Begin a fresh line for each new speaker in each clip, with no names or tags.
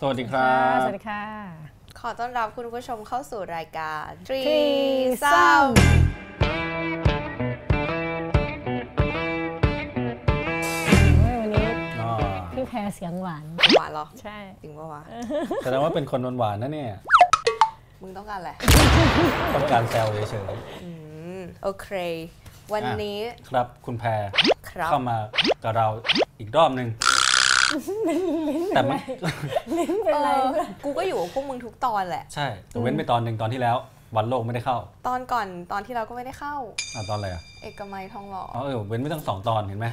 สวัสดีครับ
สวัสดีค่ะ
ขอต้อนรับคุณผู้ชมเข้าสู่รายการ Tree
Threesome โอ้ยวันนี้
อ๋อ
พี่แพรเสียงหวาน
หวานเหรอ
ใช่
จริงปะวะ
แสดงว่าเป็นคนหวานๆนะเนี่ย
มึงต้องการอะไร
ต้องการแซวเฉย
อืมโอเค วันนี้
ๆครับ คุณแพร
ครับ
เข้ามากับเราอีกรอบหนึ่งแต่ไม่
เป็นไร
เออกูก็อยู่กับพวกมึงทุกตอนแหละ
ใช่แต่เว้นไปตอนหนึ่งตอนที่แล้ววันโลกไม่ได้เข้า
ตอนก่อนตอนที่เราก็ไม่ได้เข้า
อ่ะตอนอะไรอ่ะ
เอกมัยทองหล่อ
อ๋อเออเว้นไม่ตั้งสองตอนเห็นไหม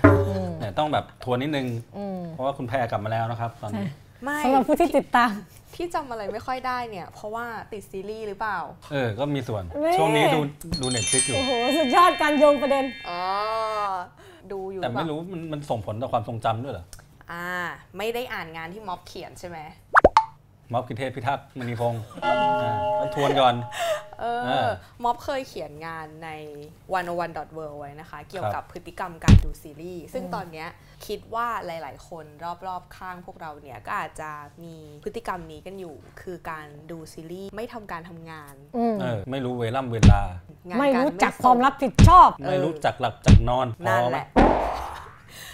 เนี่ยต้องแบบทวนนิดนึง
อืม
เพราะว่าคุณแพรกลับมาแล้วนะครับ ตอนนี้
ไม่
สำหรับผู้ที่ติดตาม
ที่จำอะไรไม่ค่อยได้เนี่ย เพราะว่าติดซีรีส์หรือเปล่า
เออก็มีส่วน
แม่
ช่วงนี้ดูดูเน็ตฟลิกอยู่
โอ้โห สุดยอดการโยงประเด็น
อ๋อดูอยู่
แต่ไม่
หอเปล่า
รู้มันมันส่งผลต่อความทรงจำด้วยเหรอ
อ่า ไม่ได้อ่านงานที่ม็อบเขียนใช่ไหม
ม็อบกิเทศพิทักษ์มณีพงศ์อ่ะต้องทวนก่อน
เอ
เอ
อ
อ
ม็อบเคยเขียนงานใน 1 0 1 w o r l d ไว้นะคะ เกี่ยวกับพฤติกรรมการดูซีรีส์ซึ่งตอนเนี้ยคิดว่าหลาย ๆ คนรอบ ๆ ข้างพวกเราเนี่ยก็อาจจะมีพฤติกรรมนี้กันอยู่ คือการดูซีรีส์ไม่ทำการทำงาน
อืม
เออไม่รู้เวล่ำเวลา
งาน
ไม่
กา
รู้จัก
ส่ง
ความรับผิดชอบ
เออ
ไม่รู้จักหลับจักนอนพ
นั่น
อไห
แห
ม
ละ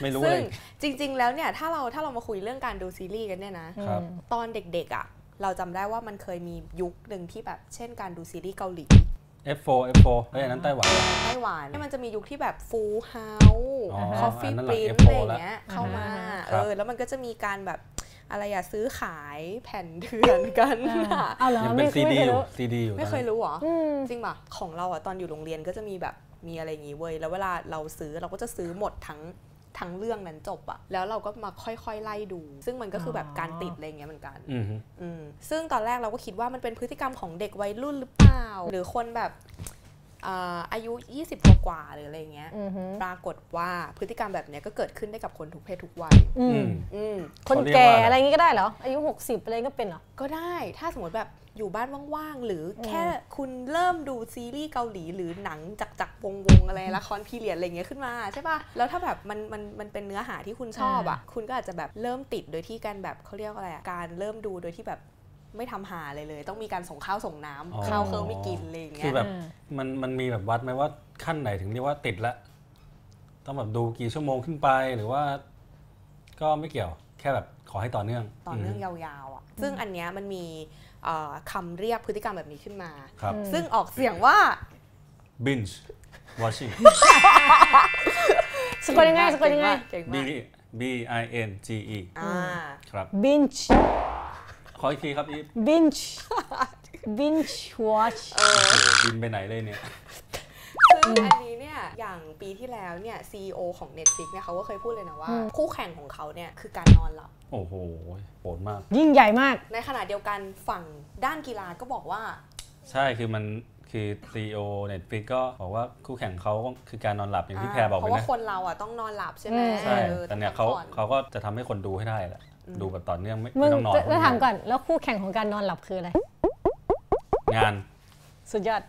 ไม่รู้
ซึ่
เล
ง
ย
จริง ๆ แล้วเนี่ยถ้าเราถ้าเรามาคุยเรื่องการดูซีรีส์กันเนี่ยนะ
ครับ
ตอนเด็กๆอะ่ะ เราจำได้ว่ามันเคยมียุคหนึ่งที่แบบเช่นการดูซีรีส์เกาหลี
F4 F4 เฮ้ยอันนั้นไต้หวัน
ไต้หวันเนี่ยมันจะมียุคที่แบบฟูเฮา
อ๋อ
คอฟ
อั
ฟี่
นนั้นห
ป
ลัง
ริน
F4
อะไรอย่างเงี้ย
แล้ว
เข้ามา
อ่าฮะ
เออแล้วมันก็จะมีการแบบอะไรอย่าซื้อขายแผ่นเถื่อนกัน
อ่า
อะ
เอาเหรอ
ยัง
ไม่
เป็นซี
ไม่
ดี
เคย
อยู่
รู้
ซีดีอยู่
ไม่เคย
ตอนนั้น
รู้เหรอ
อืม
จริงป่ะ ของเราอ่ะตอนอยู่โรงเรียนก็จะมีแบบมีอะไรอย่างงี้เว้ยแล้วเวลาเราซื้อเราก็จะซื้อหมดทั้งทั้งเรื่องนั้นจบอะแล้วเราก็มาค่อยๆไล่ดู ซึ่งมันก็คือแบบการติดอะไรอย่างเงี้ยเหมือนกัน
อือฮึ
อืมซึ่งตอนแรกเราก็คิดว่ามันเป็นพฤติกรรมของเด็กวัยรุ่นหรือเปล่า หรือคนแบบอ่าอายุ 20 กว่ากว่าๆหรืออะไรอย่างเงี้ย
อือหือ
ปรากฏว่าพฤติกรรมแบบเนี้ยก็เกิดขึ้นได้กับคนทุกเพศทุกวัย
อื
อื
ม
ม
อืม
คน
เขาเรียก
แก่
ว่าอะไร
อะไรอย่างงี้ก็ได้เหรอ อายุ 60 อะไรก็เป็นเหรอ
ก็ได้ถ้าสมมติแบบอยู่บ้านว่างๆ หรือแค่คุณเริ่มดูซีรีส์เกาหลี หรือหนังจักจักวงวงๆอะไรละครพีเรียดอะไรเงี้ยขึ้นมาใช่ป่ะแล้วถ้าแบบมันมันมันเป็นเนื้อหาที่คุณชอบอ่ะคุณก็อาจจะแบบเริ่มติดโดยที่การแบบเขาเรียกว่าอะไรอะการเริ่มดูโดยที่แบบไม่ทำหาอะไรเลย ต้องมีการส่งข้าวส่งน้ำ
อ๋อ
ข้าวเคิร์ไม่กินอะไรอย่าง
คื
เงี้
อย แบบ
อ่า
มันมันมีแบบวัดไหมว่าขั้นไหนถึงเรียกว่าติดละ ต้องแบบดูกี่ชั่วโมงขึ้นไปหรือว่า ก็ไม่เกี่ยว แค่แบบขอให้ต่อเนื่อง
ต่อเนื่อง
ม
ยาวๆอ่ะซึ่งอันเนี้ยมันมีเอ่อคำเรียกพฤติกรรมแบบนี้ขึ้นมา
ครับ
อืม
ซึ่งออกเสียงว่า
binge watching
สะกดยังไงสะกดยังไง
เก่ง
b
มาก
b i n g e
อ่า
ครับ
binge
ขออีกทีครับอีฟ
binge binge watch
โอ้โหบินไปไหนเลยเนี่ย
ซึ่งอันนี้เนี่ย อย่างปีที่แล้วเนี่ย CEO ของ Netflix เนี่ยเขาก็เคยพูดเลยนะว่า คู่แข่งของเขาเนี่ย คือการนอนหลับ
โอ้โหโหดมาก
ยิ่งใหญ่มาก
ในขณะเดียวกันฝั่งด้านกีฬาก็บอกว่า
ใช่ คือมันคือ CEO Netflix ก็บอกว่าคู่แข่งเขาก็คือการนอนหลับอย่างที่
อ่า
แพรบอก
เพ
ไป
ราะว่า
นะ
คนเราอ่ะต้องนอนหลับใช่ไหม
ใช่
ออ
แต่เนี่ยเขา
ต้องพักผ่อน
เขาก็จะทำให้คนดูให้ได้แหละ ดูแบบต่อเนื่องไม่
มึ
ไม่
ง
ต้องนอน
แล้วถามก่อน แล้วคู่แข่งของการนอนหลับคืออะไร
งาน
สุดยอด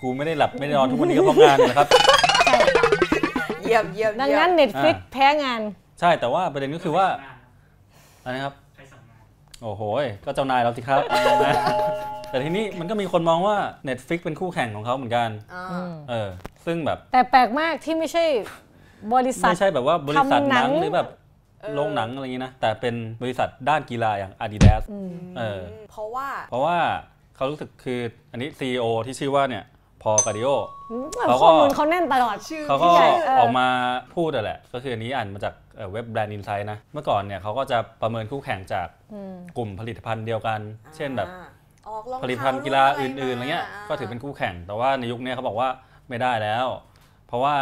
กูไม่ได้หลับไม่ได้นอนทุกวันนี้ก็เพราะงานนะครับ
เยี่ยมเยี่ยม
ดัง
เยี่ยม
นั้น Netflix
อ่า
แพ้งาน
ใช่แต่ว่าประเด็นก็คือว่าอันนี้ครับ
ใครสั่งงาน
โอ้โหยก็เจ้านายเราสิครับ นะแต่ทีนี้มันก็มีคนมองว่า Netflix เป็นคู่แข่งของเขาเหมือนกัน
อ่า
เออ ซึ่งแบบ
แต่แปลกมากที่ไม่ใช่บริษัท
ไม่ใช่แบบว่าบริษัท
ทำห
ห
นั
นั
ง
งหรือแบบโรงหนังอะไรอย่างนี้นะ แต่เป็นบริษัทด้านกีฬาอย่าง Adidas เออ
เพราะว่า
เพราะว่าเขารู้สึกคืออันนี้ CEO ที่ชื่อว่าเนี่ยพอกาดิโอ
อืม
เขาก็
ข้อมูลเขาแน่นตลอด
ชื่อ
เขาก็
ที่ใหญ่
เออ
ออกมาพูดอะแหละ ก็คืออันนี้อ่านมาจากเอ่อเว็บแบรนด์อินไซด์นะ เมื่อก่อนเนี่ยเขาก็จะประเมินคู่แข่งจาก
อืม
กลุ่มผลิตภัณฑ์เดียวกัน เช่นแบบ
อ่าออกรอง
ผลิต
เท้า
ภัณฑ์กีฬาอื่นๆอะไรเงี้ย
า
ก็ถือเป็นคู่แข่ง แต่ว่าในยุคเนี้ยเขาบอกว่าไม่ได้แล้ว เพราะว่า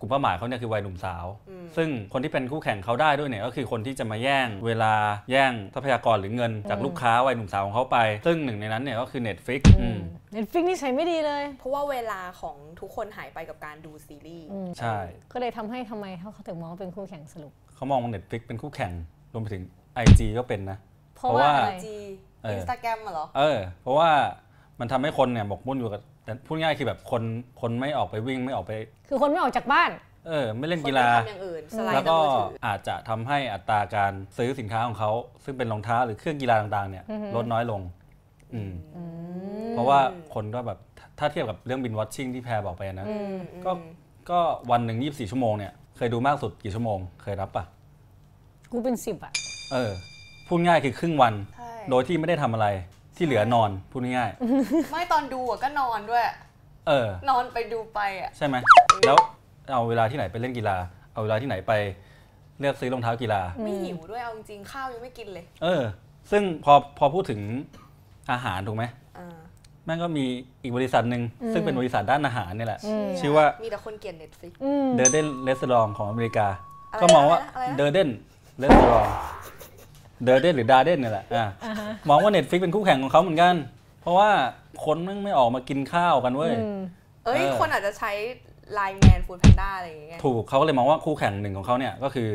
กลุ่มเป้าหมายเขาเนี่ยคือวัยหนุ่มสาว
อืม
ซึ่งคนที่เป็นคู่แข่งเขาได้ด้วยเนี่ยก็คือคนที่จะมาแย่งเวลาแย่งทรัพยากรหรือเงิน จากลูกค้าวัยหนุ่มสาวของเขาไป ซึ่งหนึ่งในนั้นเนี่ยก็คือ Netflix
อื
อื
ม
ม
Netflix นี่ใช้ไม่ดีเลย
เพราะว่าเวลาของทุกคนหายไปกับการดูซีรีส์
อืม
ใช่
ก็เลยทำให้ทำไมเขาถึงมองว่าเป็นคู่แข่งสรุป
เขามอง Netflix เป็นคู่แข่งรวมไปถึง IG ก็เป็นนะ
เพราะ
เพ
ว่า
ราะว่า
อะไร
จี
เออ
อินสตาแกรมเหรอ
เออ เพราะว่ามันทำให้คนเนี่ยหมกมุ่นอยู่กับแต่พูดง่ายคือแบบคนคนไม่ออกไปวิ่งไม่ออกไป
คือคนไม่ออกจากบ้าน
เ เออ ไม่เล่น
คน
กี
ไป
ฬา
ทำอย่างอื่นสไลด์
แล้ว
จาก
ก็
มือถือ
อาจจะทำให้อัตราการซื้อสินค้าของเขา ซึ่งเป็นรองเท้าหรือเครื่องกีฬาต่าง ๆ เนี่ย
อือฮึ
ลดน้อยลง อืม
อืม
เพราะว่าคนก็แบบถ้าเทียบกับเรื่องบินวอชชิ่งที่แพรบอกไปนะ
อืม
ก็ ก็วันหนึ่งยี่สิบสี่ชั่วโมงเนี่ย เคยดูมากสุดกี่ชั่วโมง เคยรับปะ
กูเป็นสิบอ่ะ
เออ พูดง่ายคือครึ่งวัน
ใช่
โดยที่ไม่ได้ทำอะไร ที่เหลือนอน พูดง่าย
ไม่ตอนดูอะก็นอนด้วย
ๆเออ
นอนไปดูไปอ่ะ
ใช่ไหม แล้วเอาเวลาที่ไหนไปเล่นกีฬา เอาเวลาที่ไหนไปเลือกซื้อรองเท้ากีฬา
ไม่หิวด้วยเอาจริงๆข้าวยังไม่กินเลย
เออ ซึ่งพอพอพูดถึงอาหารถูกไหม
อ่า
แม่งก็มีอีกบริษัทหนึ่ง
อืม
ซึ่งเป็นบริษัทด้านอาหารเนี่ยแหละ
อืม
ชื่อว่า
มีแต่คนเกลียดเน็ตฟลิก
อืม
เดอร์เดนเ s ส a อ r ของอเมริกา
อะไรนะ
ก็มองว่า
อะไรนะ
เดอร์เดนเ s ส a อ r เดอร์เดนหรือดาเดนเนี่ยแหละอ่ะมองว่า Netflix เป็นคู่แข่งของเขาเหมือนกัน เพราะว่าคนแม่งไม่ออกมากินข้าวกันเว้ย
อืม
เอ้ย
เออ
คนอาจจะใช้ไลน์แมนฟูดแพนด้าอะไรอย่างเงี้ย
ถูกเขาก็เลยมองว่าคู่แข่งหนึ่งของเขาเนี่ยก็คือ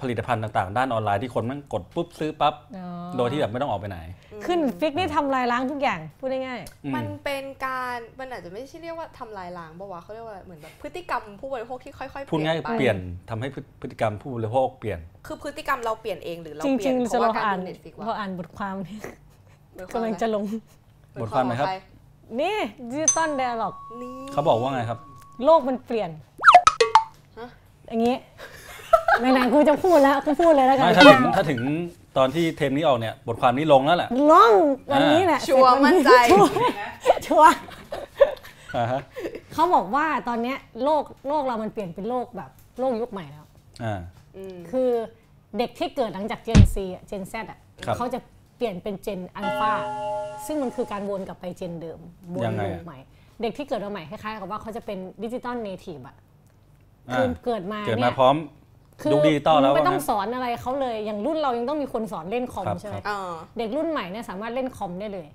ผลิตภัณฑ์ต่างๆ ด้านออนไลน์ที่คนแม่งกดปุ๊บซื้อปั๊บ
อ๋อ
โดยที่แบบไม่ต้องออกไปไหน
ขึ้นฟิกนี่ทำลายล้างทุกอย่าง พูดง่าย
อืม
มันเป็นการมันอาจจะไม่ใช่เรียกว่าทำลายล้างปะวะเขาเรียกว่าเหมือนแบบพฤติกรรมผู้บริโภคที่ค่อยๆ
พูดง่าย
ไป
เปลี่ยนทำให้พฤติกรรมผู้บริโภคเปลี่ยน
คือพฤติกรรมเราเปลี่ยนเองหรือเรา
จริง
เป
จริ
ลี่ย
งๆ
นเพ
จะ
ราะ
เรา
ว่าการ
อ่าน
ดูเน็ตฟิก
พอ
วะ
อ่านบทความนี่
หรือก
ำลังจะลง
บทความไหนครับ
ป
นี่ดิจิตอลเดล็อก
นี่
เขาบอกว่าไงครับ
โลกมันเปลี่ยนอย่างนี้ ไหนๆกูจะพูดแล้วกูพูดเลยแล้วกั
ไม่
น
ถ้าถึงถ้าถึงตอนที่เทมนี้ออกเนี่ย บทความนี้ลงแล้วแหละ
น้องวันนี้แหละ
ชัวร์มั่นใจ
ชัวร์
อ่าฮะ
เขาบอกว่าตอนเนี้ยโลกโลกเรามันเปลี่ยนเป็นโลกแบบโลกยุคใหม่แล้ว
อ่า
อืม
คือเด็กที่เกิดหลังจาก Gen C อะ Gen Z อ่ะ
ครับ
เขาจะเปลี่ยนเป็น Gen Alpha ซึ่งมันคือการวนกลับไป Gen เดิมวนลูปใหม่ เด็กที่เกิดมาใหม่คล้ายๆกับว่าเขาจะเป็นดิจิตอลเนทีฟอ่ะคือ
อ่า
เกิดมา
เกิด
เนี่
มาย พร้อม
คือ
ยุคดิจิตอลแล้ว
ไม่
ว่า
ต้อ
งั้
ง
น
สอนอะไรเขาเลย อย่างรุ่นเรายังต้องมีคนสอนเล่นคอม
ครับ
ใช่ไหม
ครับ
อ่า
เด็กรุ่นใหม่เนี่ยสามารถเล่นคอมได้เลย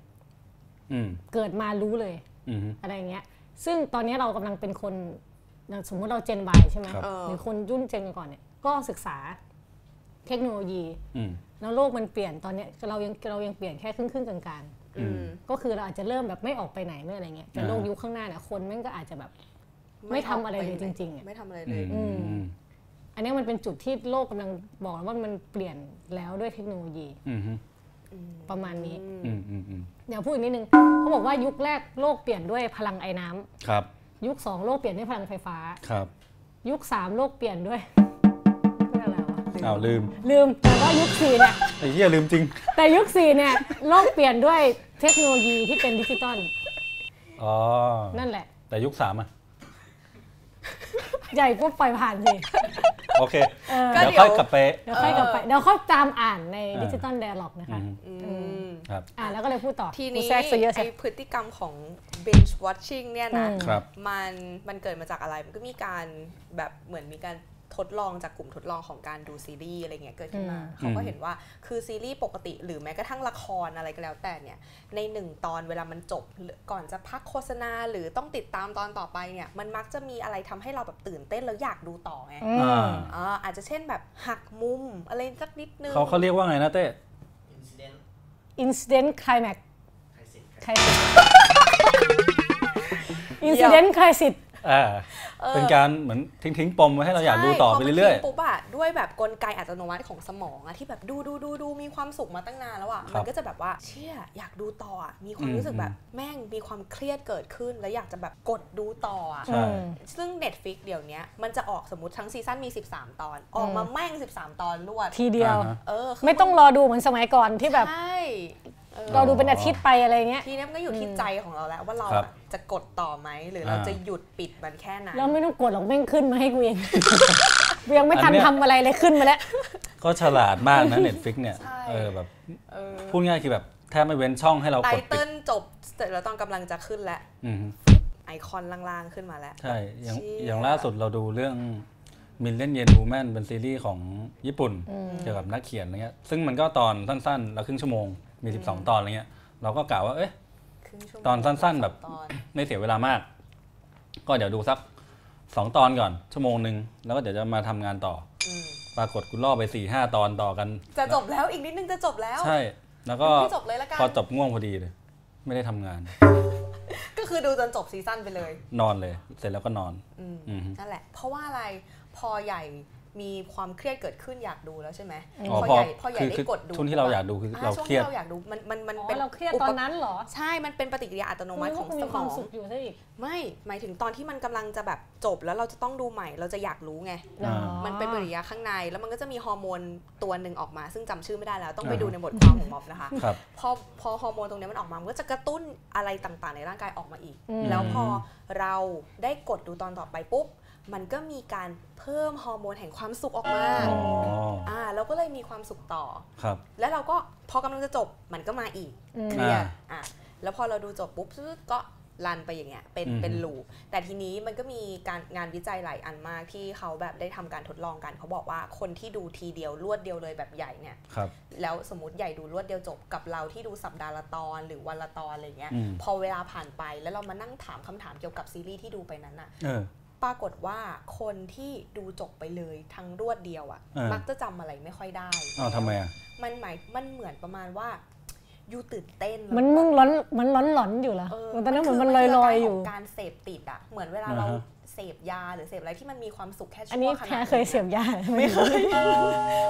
อืม
เกิดมารู้เลย
อืม
อะไรเงี้ย ซึ่งตอนนี้เรากำลังเป็นคนอย่างสมมุติเราเจน Y ใช่ไหม
ครับ
เออ
หรือคนรุ่นเจนก่อนๆเนี่ยก็ศึกษาเทคโนโลยี
อืม
แล้วโลกมันเปลี่ยนตอนเนี้ยเรายังเรายังเปลี่ยนแค่ครึ่งครึ่งๆกลาง
อืม
ๆ ก็คือเราอาจจะเริ่มแบบไม่ออกไปไหนไม่อะไรเงี้ยแต่โลก
อ่ายุ
ยุคข้างหน้าเนี่ยคนแม่งก็อาจจะแบบ ไม่ทำอะไรเลยจริงๆอะ
ไม่ทำอะไรเล
อื
ย
มอืม
อันเนี้ยมันเป็นจุดที่โลกกำลังบอกแล้วว่ามันเปลี่ยนแล้วด้วยเทคโนโลยี
อืม
ประมาณนี้
อืมอืมอืม
เดี๋ยวพูดอีกนิดนึงเขาบอกว่ายุคแรกโลกเปลี่ยนด้วยพลังไอ้น้ำ
ครับ
ยุค 2 โลกเปลี่ยนด้วยพลังไฟฟ้า
ครับ
ยุค 3 โลกเปลี่ยนด้วยพูดอะไรวะ
อ้าวลืม
ลืมแต่ว่ายุค4เนี่ย
ไอ้เหี้ยลืมจริง
แต่ยุค4เนี่ยโลกเปลี่ยนด้วยเทคโนโลยีที่เป็นดิจิตอล
อ๋อ
นั่นแหละ
แต่ยุคสามอ่ะ
ใหญ่ก็ปล่อยผ่านสิ
โอเค
เออ
ก็
เดี๋ยว
เดี๋ยว
ค่อยกลับไป
เดี๋ยวค่อยกลับไปเดี๋ยวค่อยตามอ่านใน
อ่า
ดิจิตอล d ด a l ล็อกนะคะ
อืม
อืม
ครับ
อ่าแล้วก็เลยพูดต่อ
ที
กู
นี้
แทรกซะเยอะใช่
ไอพฤติกรรมของ binge watching เนี่ยนะ
อืม
ครับ
มันมันเกิดมาจากอะไร มันก็มีการแบบเหมือนมีการทดลองจากกลุ่มทดลองของการดูซีรีส์อะไรเงี้ยเกิดขึ้นมา
อืม
เขาก็เห็นว่าคือซีรีส์ปกติหรือแม้กระทั่งละครอะไรก็แล้วแต่เนี่ย ในหนึ่งตอนเวลามันจบหรือก่อนจะพักโฆษณาหรือต้องติดตามตอนต่อไปเนี่ย มันมักจะมีอะไรทำให้เราแบบตื่นเต้นแล้วอยากดูต่อไง
อื
อ่าม
อ่าอาจจะเช่นแบบหักมุมอะไรสักนิดนึง
เขาเขาเรียกว่าไงนะเต้
incident
อินซิเดนต์คลายแม็ก
crisis
คลายอินซิเดนต์คลายสิ
อ่า
เออ
เป็นการเหมือนทิ้งทิ้งปมไว้ให้เราอยากดูต่อไป
ใช่
เรื่อย
พมันทิ้งปุ๊บอะด้วยแบบกลไกอัตโนมัติของสมองอะที่แบบดูดูดูดูมีความสุขมาตั้งนานแล้วอะ
ครับ
มันก็จะแบบว่าเชี่ยอยากดูต่ออะมีความ
อืม
รู้สึกแบบ
อื
แม่งมีความเครียดเกิดขึ้น แล้วอยากจะแบบกดดูต่ออะ
ๆ ใช่
ซึ่ง Netflix เดี๋ยวเนี้ยมันจะออกสมมติทั้งซีซั่นมี 13 ตอน ออกมา
อืม
แม่ง 13 ตอนรวด
ทีเดียว
อ่าฮะ
เออคื
ไม่ต้องรอดูเหมือนสมัยก่อนที่แบบ
ใช่เออ
เราดูเป็นอาทิตย์ไปอะไรเงี้ย
ทีเนี้ยมันก็อยู่ที่ใจของเราแล้วว่าเรา
ครั
อะ
บ
จะกดต่อไหมหรือเรา
อ่า
จะหยุดปิดมันแค่ไหน
แล้วไม่ต้องกดหรอกแม่งขึ้นมาให้กูเอง กูยังไม่
อั
ทัน
นเนี้ย
ทำอะไรเลยขึ้นมาแล้ว
ก็ฉลาดมากนะ Netflix เนี่ย
ใช่
เออแบบ
เออ
พูดง่ายคือแบบแทบไม่เว้นช่องให้เรา
ไต
กดปิ
เติ้
ด
ลจบเสร็จแล้วตอนกำลังจะขึ้นแล้ว
อืม
ไอคอนล่าง ๆ ขึ้นมาแล้ว
ใช่ อย่าง
เชี่ย
อย่างล่าสุดเราดูเรื่อง m i l l i o n Yen Woman เป็นซีรีส์ของญี่ปุ่น เกี่ยวกับนักเขียนอะไรเงี้ย ซึ่งมันก็ตอนสั้นๆ แล้วครึ่งชั่วโมง มี 12 ตอนอะไรเงี้ย เราก็กล่าวว่า เอ๊ะ
ครึ่งชั่วโมง
ตอนสั้นๆ แบบ
ตอน
ไม่เสียเวลามาก ก็เดี๋ยวดูสัก 2 ตอนก่อน ชั่วโมงหนึ่ง แล้วก็เดี๋ยวจะมาทำงานต่ออ
ม
ปรากฏกูล่อไป4ี่ห้าตอนต่อกัน
จะจบแล้วอีกนิดนึงจะจบแล้ว
ใช่ แล้วก็
ไม่จบเลยละกัน
พอจบง่วงพอดีเลย ไม่ได้ทำงาน
ก็ ก็คือดูจนจบซีซั่นไปเลย
นอนเลย เสร็จแล้วก็นอน
อืม
อืม
นั่นแหละ เพราะว่าอะไรพอใหญ่มีความเครียดเกิดขึ้นอยากดูแล้วใช่ไหม
อืม
พอใหญ่พอใหญ่
คือ
ได้
คือก
ดดู
ช่วงที่เราอยากดูคือ
อ่
เรา
ช่วง
เครียด
ที่เราอยากดูมันมันมัน
อ๋
เป็
อน เราเครียด
อุ
ต
ป
อก น
รณ์
นั้นเหรอ
ใช่มันเป็นปฏิกิริยาอัตโนมัติของ
ก็
ส
มี
ม
ควา
อ
ม
ง
สุขอยู่ซะอีก
ไม่หมายถึงตอนที่มันกำลังจะแบบจบแล้วเราจะต้องดูใหม่ เราจะอยากรู้ไง
อ่า
มันเป็นปฏิกิริยาข้างในแล้วมันก็จะมีฮอร์โมนตัวหนึ่งออกมา ซึ่งจำชื่อไม่ได้แล้วต้องไป
อ่า
ดูในบทความของม็อบนะคะ
ครับ
พอพอฮอร์โมนตรงเนี้ยมันออกมามันก็จะกระตุ้นอะไรต่างๆ ในร่างกายออกมาอีก
อืม
แล้วพอเราได้กดดูตอนต่อไปปุ๊บ มันก็มีการเพิ่มฮอร์โมนแห่งความสุขออกมา
อ๋อ
อ่าเราก็เลยมีความสุขต่อ
ครับ
แล้วเราก็พอกำลังจะจบมันก็มาอีก
อืม
เครียด
อ่า
อ่ะแล้วพอเราดูจบปุ๊บซึ๊ดก็รันไปอย่างเงี้ยเป็น
อืม
เป็นลูปแต่ทีนี้มันก็มีการงานวิจัยหลายอันมากที่เขาแบบได้ทำการทดลองกัน เขาบอกว่าคนที่ดูทีเดียวรวดเดียวเลยแบบใหญ่เนี่ย
ครับ
แล้วสมมติใหญ่ดูรวดเดียวจบกับเราที่ดูสัปดาห์ละตอนหรือวันละตอนอะไรเงี้ย
อืม
พอเวลาผ่านไปแล้วเรามานั่งถามคำถามเกี่ยวกับซีรีส์ที่ดูไปนั้นอะ
เออ
ปรากฏว่าคนที่ดูจบไปเลยทั้งรวดเดียวอะ
เออ
มักจะจำอะไรไม่ค่อยได้
อ้าวทำไมอ่ะ
มันหมายมันเหมือนประมาณว่ายูตื่นเต้นแล้ว
มันมึงร้อนมันร้อนหลอนๆอยู่ละ
เออ
ตอนนั้นเหมือนมันล
คื
อยล
า
อย
การ
ๆอยู่
ขงการเสพติดอะเหมือนเวลาเรา
อ่าฮะ
เสพยาหรือเสพอะไรที่มันมีความสุขแค่ชั่ว
อันนี้
ขณะ
แพ้เคยเสียบยา
ไม่เคย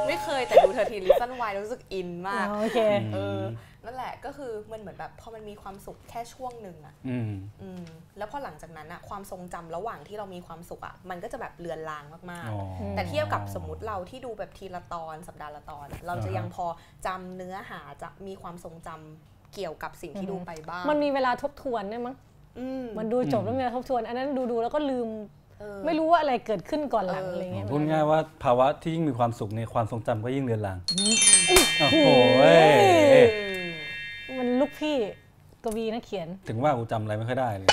ไม่เคยแต่ดูเธอทีลิสันไวรู้สึกอินมาก
อ๋อโอเค
เออ นั่นแหละก็คือมันเหมือนแบบพอมันมีความสุขแค่ช่วงหนึ่งอะ
อืม
อืมแล้วพอหลังจากนั้นอะความทรงจำระหว่างที่เรามีความสุขอะมันก็จะแบบเลือนลางมาก
อ๋อ
ๆ แต่เทียบกับสมมติเราที่ดูแบบทีละตอนสัปดาห์ละตอนอะเราจะ
อ่าฮะ
ยังพอจำเนื้อหาจะมีความทรงจำเกี่ยวกับสิ่งที่ดูไปบ้าง
มันมีเวลาทบทวนได้วยมั้ง
อืม
มันดูจบแล้วมีเวลาทบทวน อันนั้นดูดูๆแล้วก็ลืม
เออ
ไม่รู้ว่าอะไรเกิดขึ้นก่อนหลัง
เอออ
อะไรเงี้ย
พูดง่ายๆว่าภาวะที่ยิ่งมีความสุขในยความทรงจำก็ยิ่งเรือนรางโอ้โห
อืม
มันลูกพี่กวีนักเขียน
ถึงว่ากูจำอะไรไม่ค่อยได้เลย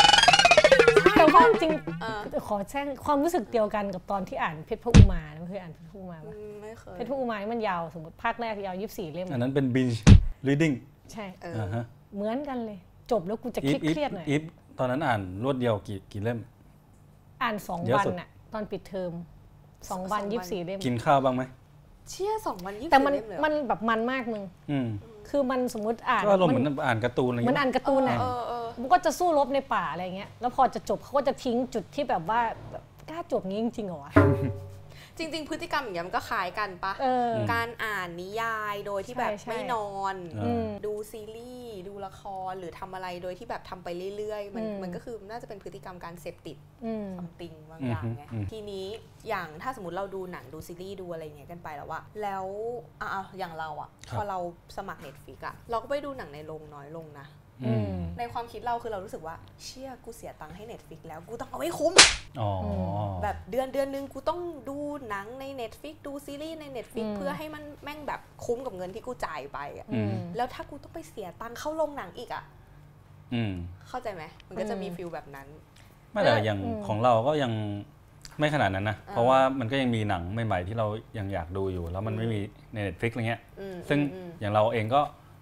แต่ว่าจริง
เออ
ขอแจ้งความรู้สึกเดียวกันกับตอนที่อ่านเพชรพระอุมานะเคยอ่านเพชรพระอุมาปะ
ไม่เคย
เพชรพระอุมานี่มันยาวสมมติภาคแรกยาว 24 เล่ม
อันนั้นเป็น binge reading
ใช่
เออ
อ่าฮะ
เหมือนกันเลย จบแล้วกูจะ
อีฟ
คิด
อี
เค
ฟ
รียดหน่อย
อีฟตอนนั้นอ่านรวดเดียวกี่กี่เล่ม
อ่านสอง
เยอะ
วัน
สุด
น่ะตอนปิดเทอมสองวันยี่สิบสี่เล่ม
กินข้าวบ้างไหม
เชี่ยสองวันยี่สิบ
แต่มัน
เล่มเลยเหรอ
มันแบบมันมากมึง
อืม
คือมันสมมติอ่าน
ก็อารมณ์เหมือนอ่านการ์ตูนอะไร
เหมือน
เงี้ย
อ่านการ์ตูนอ่ะ
เออเออ
มันก็จะสู้รบในป่าอะไรเงี้ย แล้วพอจะจบเขาก็จะทิ้งจุดที่แบบว่าแบบกล้าจบงี้จริงๆเหรอวะ
จริง ๆ พฤติกรรมอย่างเงี้ยมันก็คล้ายกันปะ
เออ
การอ่านนิยายโดยที่
ใช่
แบบ
ใช่
ไม่นอน
อืม
ดูซีรีส์ดูละครหรือทำอะไรโดยที่แบบทำไปเรื่อยๆ มันมันก็คือน่าจะเป็นพฤติกรรมการเสพติด
อืม
ซัมติงบางอย่างไง
อืม
ทีนี้อย่างถ้าสมมติเราดูหนังดูซีรีส์ดูอะไรอย่างเงี้ยกันไปแล้วว่าแล้วอ่ะอ่ะอย่างเราอะพอเราสมัคร Netflix อะเราก็ไปดูหนังในโรงน้อยลงนะ
อืม
ในความคิดเราคือเรารู้สึกว่าเชี่ยกูเสียตังค์ให้ Netflix แล้วกูต้องเอาให้คุ้ม
อ๋ออ
แบบเดือนเดือนหนึงกูต้องดูหนังใน Netflix ดูซีรีส์ใน Netflix
อืม
เพื่อให้มันแม่งแบบคุ้มกับเงินที่กูจ่ายไปอะ
อืม
แล้วถ้ากูต้องไปเสียตังค์เข้าโรงหนังอีกอะ
อืม
เข้าใจไหมมันก็จะมี
อืม
ฟิลแบบนั้น
ไม่แต่อย่าง
อืม
ของเราก็ยังไม่ขนาดนั้นนะ
อ่า
เพราะว่ามันก็ยังมีหนังใหม่ ๆ ที่เรายังอยากดูอยู่ แล้วมันไม่มีใน Netflix อะไรเงี้ย
อืม
ซึ่ง
อืม
อย่างเราเองก็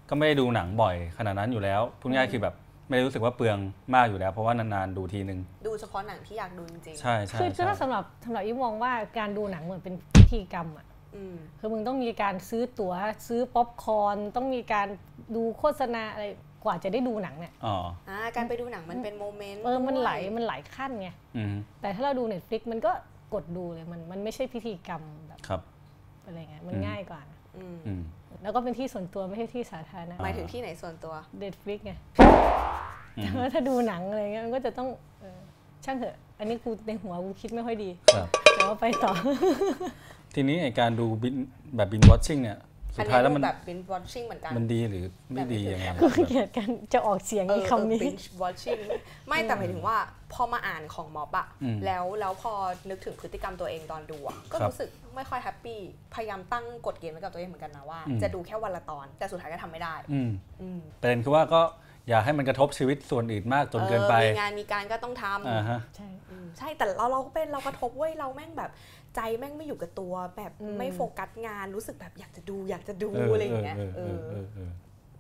ก็ไม่ได้ดูหนังบ่อยขนาดนั้นอยู่แล้วพูดง่ายๆคือแบบไม่ได้รู้สึกว่าเปลืองมากอยู่แล้ว เพราะว่านานๆดูทีนึง
ดูเฉพาะหนังที่อยากดูจริง
ใช่ใช่
คือคือ
ใช่
ถ้าสำหรับสำหรับยิมมองว่าการดูหนังเหมือนเป็นพิธีกรรมอ่ะ
ๆอืม
คือมึงต้องมีการซื้อตั๋วซื้อป๊อปคอร์นต้องมีการดูโฆษณาอะไรกว่าจะได้ดูหนังเนี่ย
อ๋อ
อ่าการไปดูหนังมันเป็นโมเมนต์
เออมัน
ด้วย
หลายมันหลายขั้นไง
อืม
แต่ถ้าเราดู Netflix มันก็กดดูเลยมันมันไม่ใช่พิธีกรรมแบบ
ครับ
อะไรเงี้ยมัน
อืม
ง่ายกว่านะ
อืม
อืม
แล้วก็เป็นที่ส่วนตัวไม่ใช่ที่สาธารณะ
หมายถึงที่ไหนส่วนตัว
Netflix ไง
อืม
แต่ว่าถ้าดูหนังอะไรเงี้ยมันก็จะต้องเออช่างเถอะ อันนี้กูในหัวกูคิดไม่ค่อยดี
ครับ
แต่ว่าไปต่อ
ทีนี้ไอการดูบินแบบบินวอชชิ่งเนี่ย สุดท้ายแล้วมัน
อัแบบ binge watching เหมือนกัน
มันดีหรือไม่ดียังไง
แบบ
กูเกลียดกันจะออกเสียง
เอ
ใน
อ
คำนี้
binge watching ไม่แต่หมายถึงว่าพอมาอ่านของม็อบอะ
อืม
แล้วแล้วพอนึกถึงพฤติกรรมตัวเองตอนดูอะก็รู้สึกไม่ค่อยแฮปปี้พยายามตั้งกฎเกณฑ์ไว้กับตัวเองเหมือนกันนะว่า
อืม
จะดูแค่วันละตอน แต่สุดท้ายก็ทำไม่ได้
อืม
อืม
ประเด็นคือว่าก็อย่าให้มันกระทบชีวิตส่วนอื่นมากจนเกินไป
ออมีงานมีการก็ต้องท
อ่าฮะ
ใช่
ำอืมใช่แต่เราเราก็เป็นเรากระทบเว้ยเราแม่งแบบ ใจแม่งไม่อยู่กับตัวแบบ
อืม
ไม่โฟกัสงานรู้สึกแบบอยากจะดูอยากจะดู
เออ
อะไรอย่างเงี้ย
เออเออ
เอ
เอ
อ
อเออ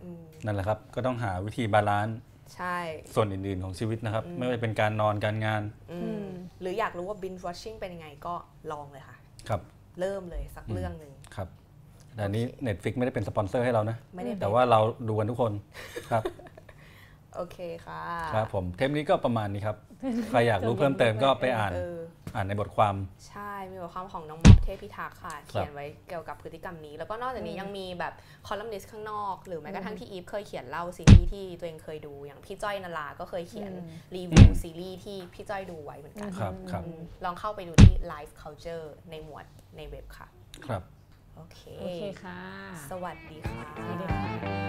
อืม
นั่นแหละครับ ก็ต้องหาวิธีบาลานซ์
ใช่
ส่วนอื่นๆของชีวิตนะครับ ไม่ว่าจะเป็นการนอนการงาน
อืมหรืออยากรู้ว่า binge watching เป็นยังไงก็ลองเลยค่ะ
ครับ
เริ่มเลยสักเรื่องหนึ่ง
ครับแต่อันนี้ Netflix ไม่ได้เป็นสปอนเซอร์ให้เรานะ
ไม่ได้เป็น
แต่ว่าเราดูกันทุกคนครับ
โอ โอเคค่ะ
ครับผมเทปนี้ก็ประมาณนี้ครับ ใครอยากรู้เพิ่มเติมก็ไปอ่าน
เออ
อ่านในบทความ
ใช่ มีบทความของน้องม็อบเทพิทักษ์
ค
ค่ะ
รับ
เขียนไว้เกี่ยวกับพฤติกรรมนี้ แล้วก็นอกจากนี้ยังมีแบบคอลัมนิสต์ข้างนอก หรือแม้กระทั่งที่อีฟเคยเขียนเล่าซีรีส์ที่ตัวเองเคยดู อย่างพี่จ้อยนาราก็เคยเขียนรีวิวซีรีส์ที่พี่จ้อยดูไว้เหมือนกัน
ครับครับ
อืมลองเข้าไปดูที่ Life Culture ในหมวดในเว็บค่ะ
ครับ
โอเค
โอเคค่ะ
สวัสดีค่ะ
สวัสดีค่ะ